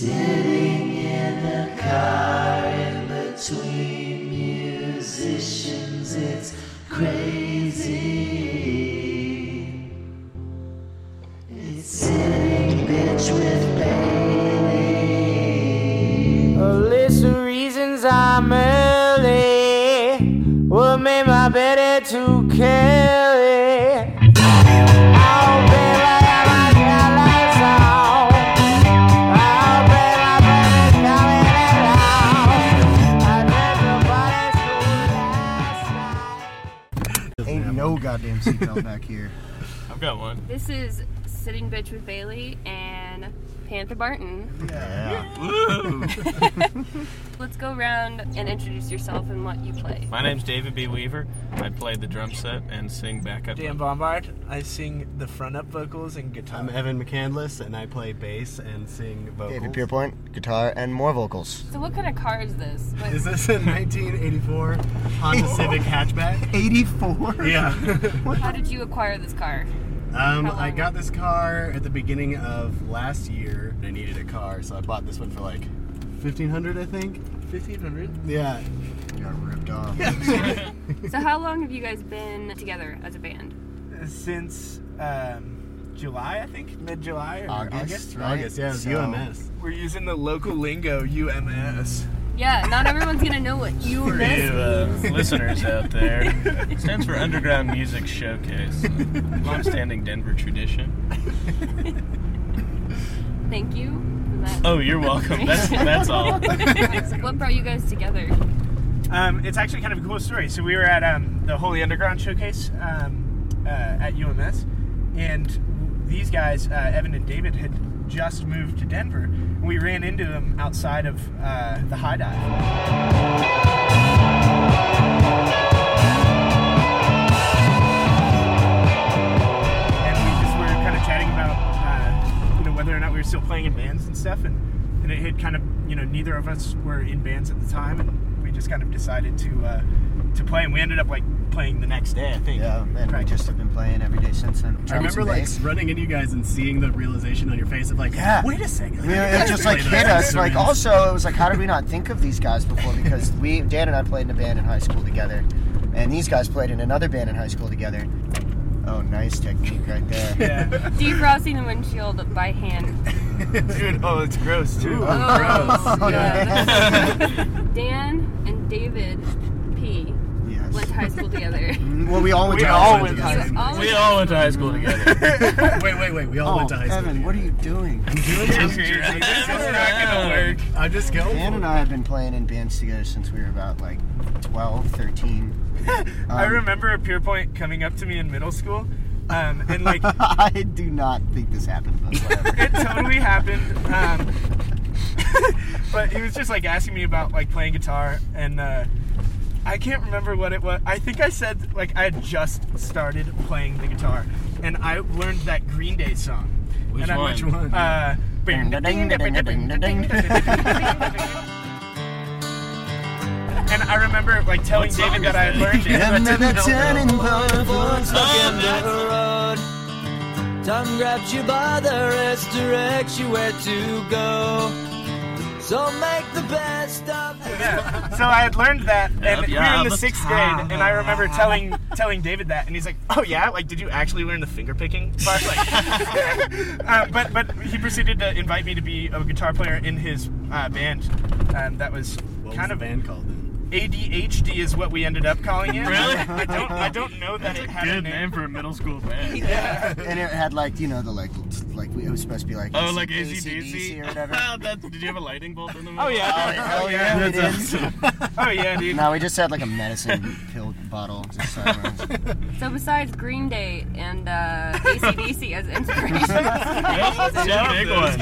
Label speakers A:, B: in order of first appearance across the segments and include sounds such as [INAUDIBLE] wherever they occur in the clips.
A: Sitting in a car in between musicians, it's crazy. It's sitting bitch with Bailey.
B: A list of reasons I'm early. What made my better to kill it? I'll be like I like my lights on. I'll be like when it's coming around. I dreamt about it so last night.
C: Ain't no goddamn seatbelt back here.
D: I've got one.
E: This is Sitting Bitch with Bailey and Panther Barton.
C: Yeah.
D: Woo!
E: Let's go around and introduce yourself and what you play.
D: My name's David B. Weaver. I play the drum set and sing backup.
F: Dan Bombard. I sing the front up vocals and guitar.
G: [LAUGHS] I'm Evan McCandless, and I play bass and sing vocals.
H: David Pierpoint, guitar and more vocals.
E: So, what kind of car is this? What-
G: Is this a
C: [LAUGHS]
G: 1984 Honda Civic hatchback?
C: 84?
G: [LAUGHS] Yeah.
E: how did you acquire this car?
G: um, I got this car at the beginning of last year. I needed a car, so I bought this one for like 1500 I think.
F: 1500.
G: Yeah.
C: Got ripped
G: [LAUGHS]
C: off.
E: So, how long have you guys been together as a band?
F: Since um, July, I think mid July or
C: August.
F: August.
C: Right,
G: August, yeah, it was
C: so-
G: UMS.
F: We're using the local lingo, UMS.
E: Yeah, not everyone's gonna know what you
D: You,
E: miss.
D: uh, listeners out there, it stands for Underground Music Showcase, a long-standing Denver tradition.
E: Thank you. for that.
D: Oh, you're welcome. That's that's all.
E: what brought you guys together?
F: Um, it's actually kind of a cool story. So we were at um, the Holy Underground showcase um, uh, at UMS, and these guys, uh, Evan and David, had just moved to Denver. And we ran into them outside of uh, the high dive. And we just were kind of chatting about, uh, you know, whether or not we were still playing in bands and stuff. And, and it had kind of, you know, neither of us were in bands at the time. And we just kind of decided to uh, to play. And we ended up, like, playing the next day, I think.
H: Yeah, and we
F: Practice.
H: just have been playing every day since then.
G: I remember like running into you guys and seeing the realization on your face of like,
H: Yeah.
G: wait a second.
H: Yeah, it just like hit us. Like also, it was like, how did we not think of these guys before? Because we, Dan and I, played in a band in high school together, and these guys played in another band in high school together. Oh, nice technique right there.
E: Defrosting the windshield by hand.
F: Dude, oh, it's gross, too.
E: Oh, yeah.
D: yeah.
E: Dan and David P
H: Yes.
E: went to high school together.
H: Well, we all went
F: We
H: to
F: all
H: high
F: went
H: school
F: to
H: together.
E: You all
D: We all went to high school together.
G: wait, wait, wait. We all went to high
H: Oh,
G: school.
H: Evan, what are you doing?
F: Oh,
G: [LAUGHS] I'm just going.
H: Dan and I have been playing in bands together since we were about like 12, 13.
F: I
H: Um,
F: remember Pierpoint coming up to me in middle school, um, and like
H: [LAUGHS] I do not think this happened, but whatever.
F: it totally happened. Um, [LAUGHS] but he was just like asking me about like playing guitar, and uh, I can't remember what it was. I think I said like I had just started playing the guitar, and I learned that Green Day song.
D: Which
F: and I,
D: one?
G: Which one?
F: Uh, and I remember like telling
D: What song
F: David that
D: is
F: I had learned
D: that?
F: it.
H: And then the turning
D: Oh, that's-
B: Time grabs you by the wrist, directs you where to go. So make the best of
F: Yeah. So I had learned that, and
D: Yep,
F: we
D: yeah,
F: were in the
D: the
F: sixth
D: time.
F: grade, and I remember telling telling David that, and he's like, "Oh yeah, like did you actually learn the finger picking?" part?" Like, [LAUGHS] uh, but but he proceeded to invite me to be a guitar player in his uh, band. Um, that was
G: What
F: kind
G: was
F: of
G: the band called then?
F: ADHD is what we ended up calling it.
D: Really?
F: I don't I don't know that it had a
D: Good
F: name.
D: name for a middle school [LAUGHS] band.
H: And it had like, you know, the like, like we, it was supposed to be like,
D: Oh, like
H: AC/DC
D: [LAUGHS] ACDC
H: or whatever.
D: Ah, That's, did you have a lightning bolt in the middle?
F: Oh yeah.
H: Oh, yeah, we did.
F: Oh yeah, dude.
H: No, we just had like a
D: [LAUGHS]
H: medicine pill bottle. Just sideways.
E: So besides Green Day and uh, ACDC as inspiration,
D: Those are two big ones.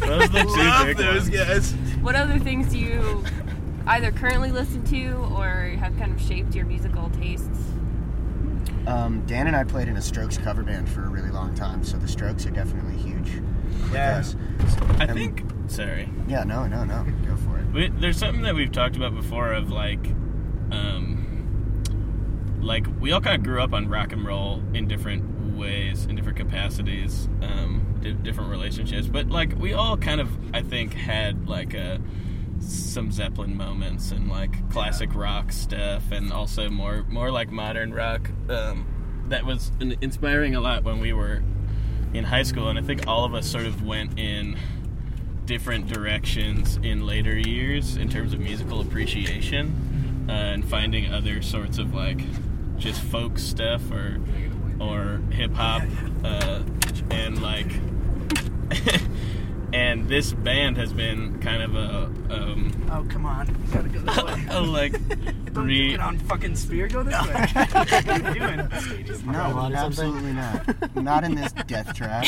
D: Those are the two big ones.
F: guys.
E: what other things do you either currently listen to or have kind of shaped your musical tastes?
H: um, Dan and I played in a Strokes cover band for a really long time, so the Strokes are definitely huge. with
F: Yeah.
H: us.
D: I think. Sorry.
H: Yeah, no, no, no. Go for it.
D: We, there's something that we've talked about before of like, um, like we all kind of grew up on rock and roll in different ways, in different capacities, um, di- different relationships. But like we all kind of, I think, had like a some Zeppelin moments and like classic rock stuff, and also more more like modern rock. Um, that was in- inspiring a lot when we were in high school, and I think all of us sort of went in different directions in later years in terms of musical appreciation uh, and finding other sorts of like just folk stuff or or hip hop uh, and like [LAUGHS] and this band has been kind of a um, [LAUGHS]
F: Oh, come on. You gotta go this way.
D: a like
F: Don't
D: re-
F: get on fucking spear. Go this way. [LAUGHS] what are you doing?
H: No, absolutely not. Not in this death trap.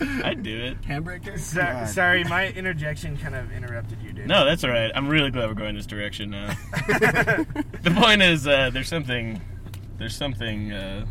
D: I do it.
G: Handbreaker?
F: So-
H: God.
F: sorry, my interjection kind of interrupted you, dude.
D: No, that's all right. I'm really glad we're going this
H: [LAUGHS]
D: direction now. the point is, uh, there's something, there's something uh,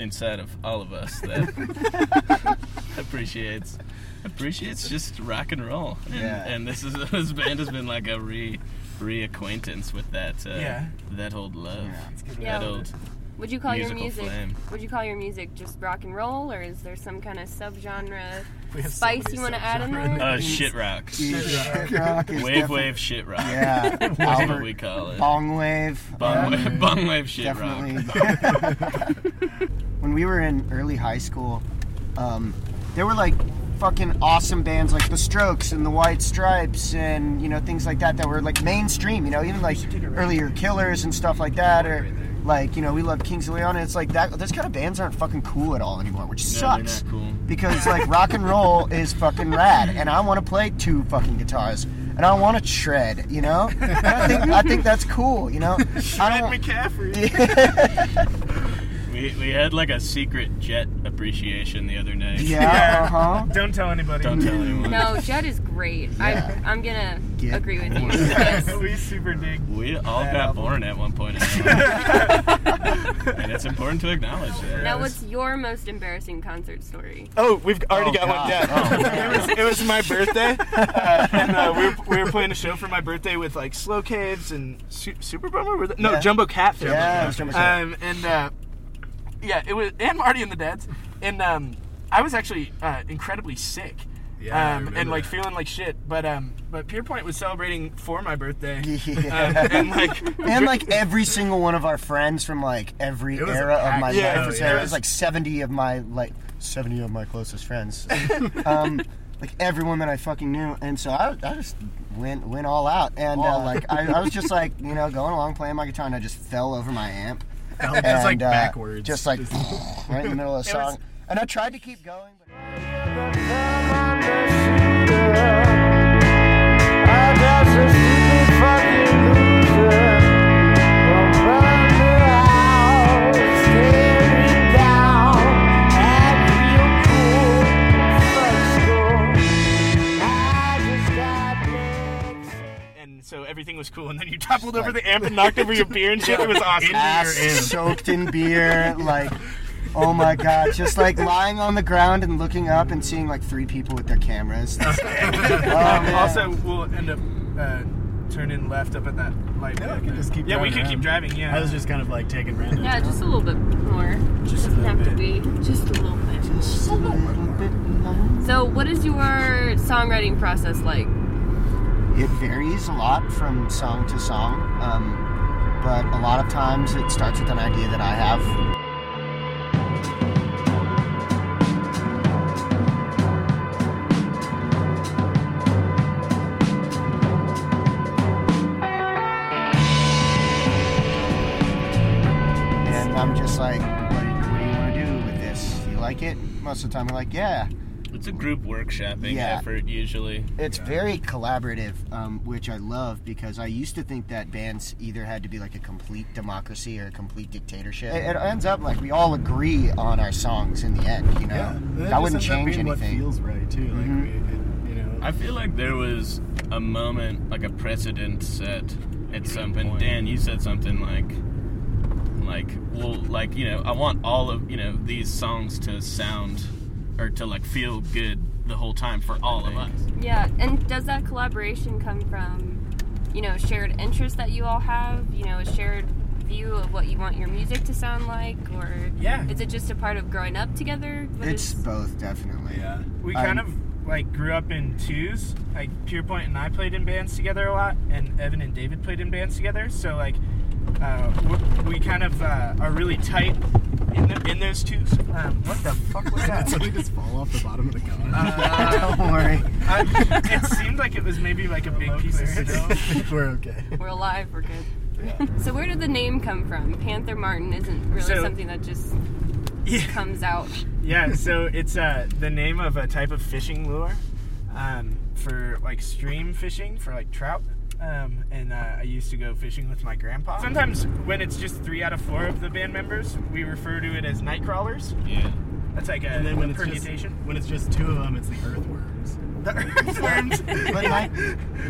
D: inside of all of us that
H: [LAUGHS]
D: appreciates appreciates just rock and roll. And,
H: Yeah.
D: and this is [LAUGHS] this band has been like a re reacquaintance with that uh,
F: Yeah.
D: that old love,
H: Yeah.
E: Yeah.
D: that old
E: Would you call
D: musical
E: your music?
D: flame.
E: Would you call your music just rock and roll, or is there some kind of subgenre
G: We have so
E: spice
G: many
E: you want to add in
G: subgenres.
E: there?
D: Uh, shit rock,
H: Shit rock is
D: wave
H: defi-
D: wave shit rock.
H: Yeah.
D: That's
H: Albert-
D: what we call it.
H: Bong wave.
D: Bong,
H: Yeah.
D: wave, bong wave shit rock.
H: Definitely.
D: [LAUGHS]
H: [LAUGHS] when we were in early high school, um, there were like fucking awesome bands like The Strokes and The White Stripes and you know things like that that were like mainstream. You know, even like earlier Killers and stuff like that, or like you know we love Kings of Leon. And it's like that. Those kind of bands aren't fucking cool at all anymore, which
D: No, they're
H: sucks
D: not cool.
H: because like rock and roll is fucking rad, and I want to play two fucking guitars, and I want to shred, you know. And I think I think that's cool,
D: [LAUGHS]
H: you know. I don't.
F: McCaffrey.
D: We, we had like a secret jet appreciation the other night.
H: Yeah. Uh huh.
F: Don't tell anybody.
D: Don't tell anyone.
E: no, Jed is great. I'm, I'm gonna
H: Get
E: agree with you.
H: bored.
E: because
F: [LAUGHS] we super dig.
D: We all
F: That
D: got
F: album.
D: born at one
H: [LAUGHS]
D: point, in our life. and it's important to acknowledge that.
E: Now, what's your most embarrassing concert story?
F: Oh, we've already got
H: God. Oh.
F: one down. [LAUGHS] it, was, it was my birthday, uh, and uh, we, were, we were playing a show for my birthday with like Slow Caves and Su- Super Bummer. Were they? No,
H: Yeah.
F: Jumbo Catfish.
H: Yeah, it was Jumbo Cat.
F: um, and uh, yeah, it was and Marty and the Dads, and um, I was actually uh, incredibly sick.
G: Yeah, I
F: um, and
G: remember
F: like
G: that.
F: feeling like shit, but um, but Pierpoint was celebrating for my birthday,
H: Yeah.
F: um, and like
H: uh-huh.
F: [LAUGHS]
H: And like every single one of our friends from like every
G: It was
H: era of
G: packed.
H: my
F: Yeah,
H: life,
F: oh,
H: was
F: yeah.
H: there.
F: It
H: It was
F: was-
H: like seventy of my like seventy of my closest friends. um, like everyone that I fucking knew, and so I, I just went went all out, and uh, like I, I was just like you know going along playing my guitar, and I just fell over my amp,
G: [LAUGHS] That was
H: and
G: just like
H: uh,
G: backwards.
H: just like [LAUGHS] right in the middle of the song, and I tried to keep going. But-
F: and so everything was cool, and then you toppled over the amp and knocked over your beer and shit.
H: [LAUGHS]
F: It was awesome.
H: ass soaked in beer, like oh my god, just like lying on the ground and looking up and seeing like three people with their cameras. That's- oh,
F: Um,
H: man.
F: also, we'll end up uh, turning left up at that light.
G: No,
F: back
G: we can
F: there.
G: just keep
F: yeah, we
G: driving
F: could keep
G: around.
F: driving. Yeah,
G: I was just kind of like taking random.
E: Yeah, just a little bit more. Just doesn't have to be just a little bit.
H: Just a little bit low.
E: So, what is your songwriting process like?
H: It varies a lot from song to song, um, but a lot of times it starts with an idea that I have And I'm just like, what, what do you want to do with this? You like it? Most of the time, I'm like, yeah.
D: It's a group workshopping
H: Yeah.
D: effort usually.
H: It's very collaborative, um, which I love because I used to think that bands either had to be like a complete democracy or a complete dictatorship. It, it ends up like we all agree on our songs in the end, you know?
G: Yeah, and it
H: that wouldn't
G: just ends up
H: change
G: being What
H: anything. Mm-hmm.
G: feels right too. Like we, it, you know,
D: I feel like there was a moment, like a precedent set at something. Dan, you said something like, like, well, like you know, I want all of you know these songs to sound or to like feel good the whole time for all of us.
E: Yeah, and does that collaboration come from, you know, shared interests that you all have? You know, a shared view of what you want your music to sound like, or
F: Yeah.
E: is it just a part of growing up together? What
H: It's
E: is-
H: both, definitely.
G: Yeah.
F: We
H: I-
F: kind of like grew up in twos. Like Pierpoint and I played in bands together a lot, and Evan and David played in bands together. So like, uh, we- we kind of uh, are really tight in, the, in those twos. Um, what the fuck was that?
G: So [LAUGHS] we just fall off the bottom of the car. [LAUGHS]
H: Don't worry.
F: Uh, I, it seemed like it was maybe like a big piece of snow.
G: We're okay.
E: We're alive. We're good. [LAUGHS] so where did the name come from? Panther Martin isn't really
F: So-
E: something that just comes out.
F: yeah, so it's uh, the name of a type of fishing lure um, for like stream fishing for like trout. Um, and uh, I used to go fishing with my grandpa. Sometimes when it's just three out of four of the band members, we refer to it as night crawlers.
D: Yeah.
F: That's like a,
G: And then when
F: a
G: it's just,
F: permutation.
G: when it's just two of them, it's the earthworms.
F: The [LAUGHS] earthworms.
H: But night,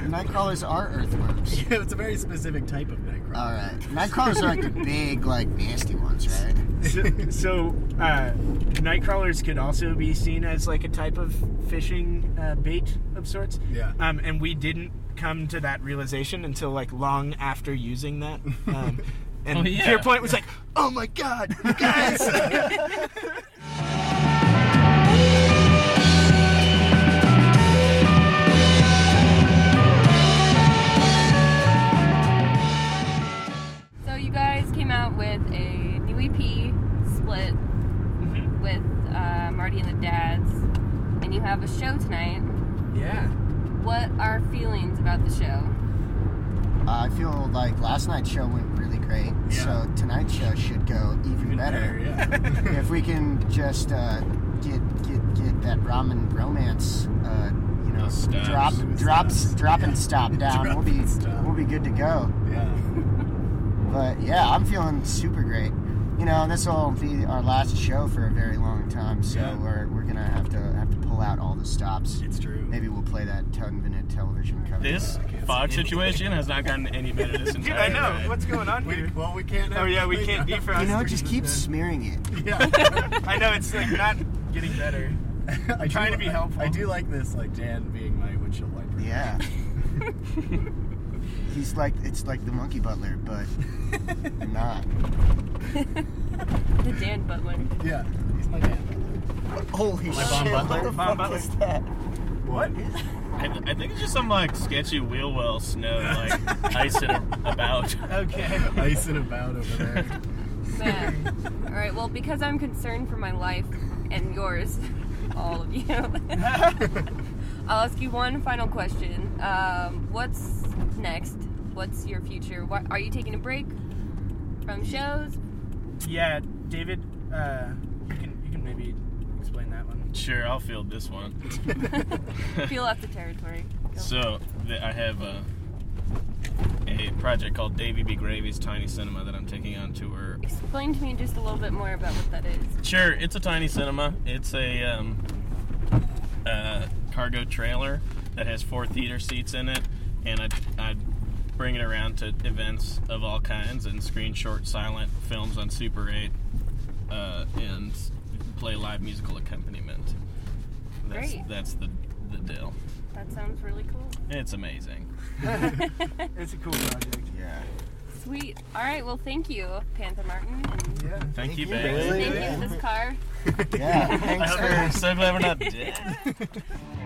H: nightcrawlers are earthworms.
G: [LAUGHS] Yeah, [LAUGHS] it's a very specific type of nightcrawler.
H: All right. Nightcrawlers are like the big, like nasty ones,
G: [LAUGHS]
H: right?
F: so, so uh, night crawlers could also be seen as like a type of fishing uh, bait of sorts.
G: Yeah.
F: Um, and we didn't come to that realization until like long after using that.
D: [LAUGHS]
F: Um, and
D: Oh, yeah.
F: your point was like, oh my god, you guys.
E: So you guys came out with a new EP split with uh, Marty and the Dads, and you have a show tonight.
F: yeah.
E: What are feelings about the show?
H: I feel like last night's show went really great, so tonight's show should go even, better.
G: Yeah.
H: if we can just uh, get get get that ramen romance, uh, you know,
D: Those stops.
H: drop
G: Those
H: drop
G: stops.
H: drop and stop
G: [LAUGHS]
H: down,
G: Drop
H: we'll be
G: and stop.
H: we'll be good to go.
G: yeah.
H: But yeah, I'm feeling super great. You know, this will be our last show for a very long time, so
G: Yeah.
H: we're, we're gonna have to have to pull out all the stops.
G: It's true.
H: Maybe we'll play that ten minute television cover.
D: This fog situation has not gotten any
F: [LAUGHS]
D: better
F: [LAUGHS]
D: this
F: Dude,
D: entire
F: I know.
D: ride.
F: What's going on
G: We,
F: here?
G: well, we can't.
F: Oh
G: have-
F: yeah, we
G: [LAUGHS]
F: can't defrost.
H: you know, just keep smearing it.
G: Yeah.
F: I know it's like not getting better.
G: I do
F: Trying to
G: li-
F: be helpful.
G: I do like this, like Jan being my windshield wiper. [LAUGHS]
H: Yeah. He's like it's like the monkey butler,
G: [LAUGHS]
H: but not.
E: The Dan Butler.
G: Yeah. He's my Dan.
H: Holy
G: Like Von
H: shit!
G: Butler?
H: What the
F: Von
H: fuck
F: Butler.
H: is that?
F: What?
D: I, th- I think it's just some like sketchy wheel well snow
F: [LAUGHS]
D: like icing about.
F: Okay. [LAUGHS]
G: Icing about over there.
E: Man. All right. Well, because I'm concerned for my life and yours, all [LAUGHS] of you. I'll ask you one final question. Um, what's next? What's your future? What, are you taking a break from shows? [LAUGHS]
F: Yeah, David. Uh, you can you can maybe explain that one.
D: Sure, I'll field this one.
E: Feel out the territory. Go.
D: So th- I have a, a project called Davy B. Gravy's Tiny Cinema that I'm taking on tour.
E: Explain to me just a little bit more about what that is.
D: Sure, it's a tiny cinema. It's a um, uh, cargo trailer that has four theater seats in it, and I, I bring it around to events of all kinds and screen short, silent films on Super 8, uh, and play live musical accompaniment. That's,
E: Great.
D: That's the the deal.
E: That sounds really cool.
D: It's amazing.
F: It's a cool project.
H: Yeah.
E: Sweet. All right. Well, thank you, Panther Martin, and
F: Yeah.
D: Thank, you,
H: you,
D: Bailey.
H: Bailey.
E: thank you for this car.
D: [LAUGHS]
H: Yeah. Thanks
D: I'm
H: for
D: so glad we're not dead.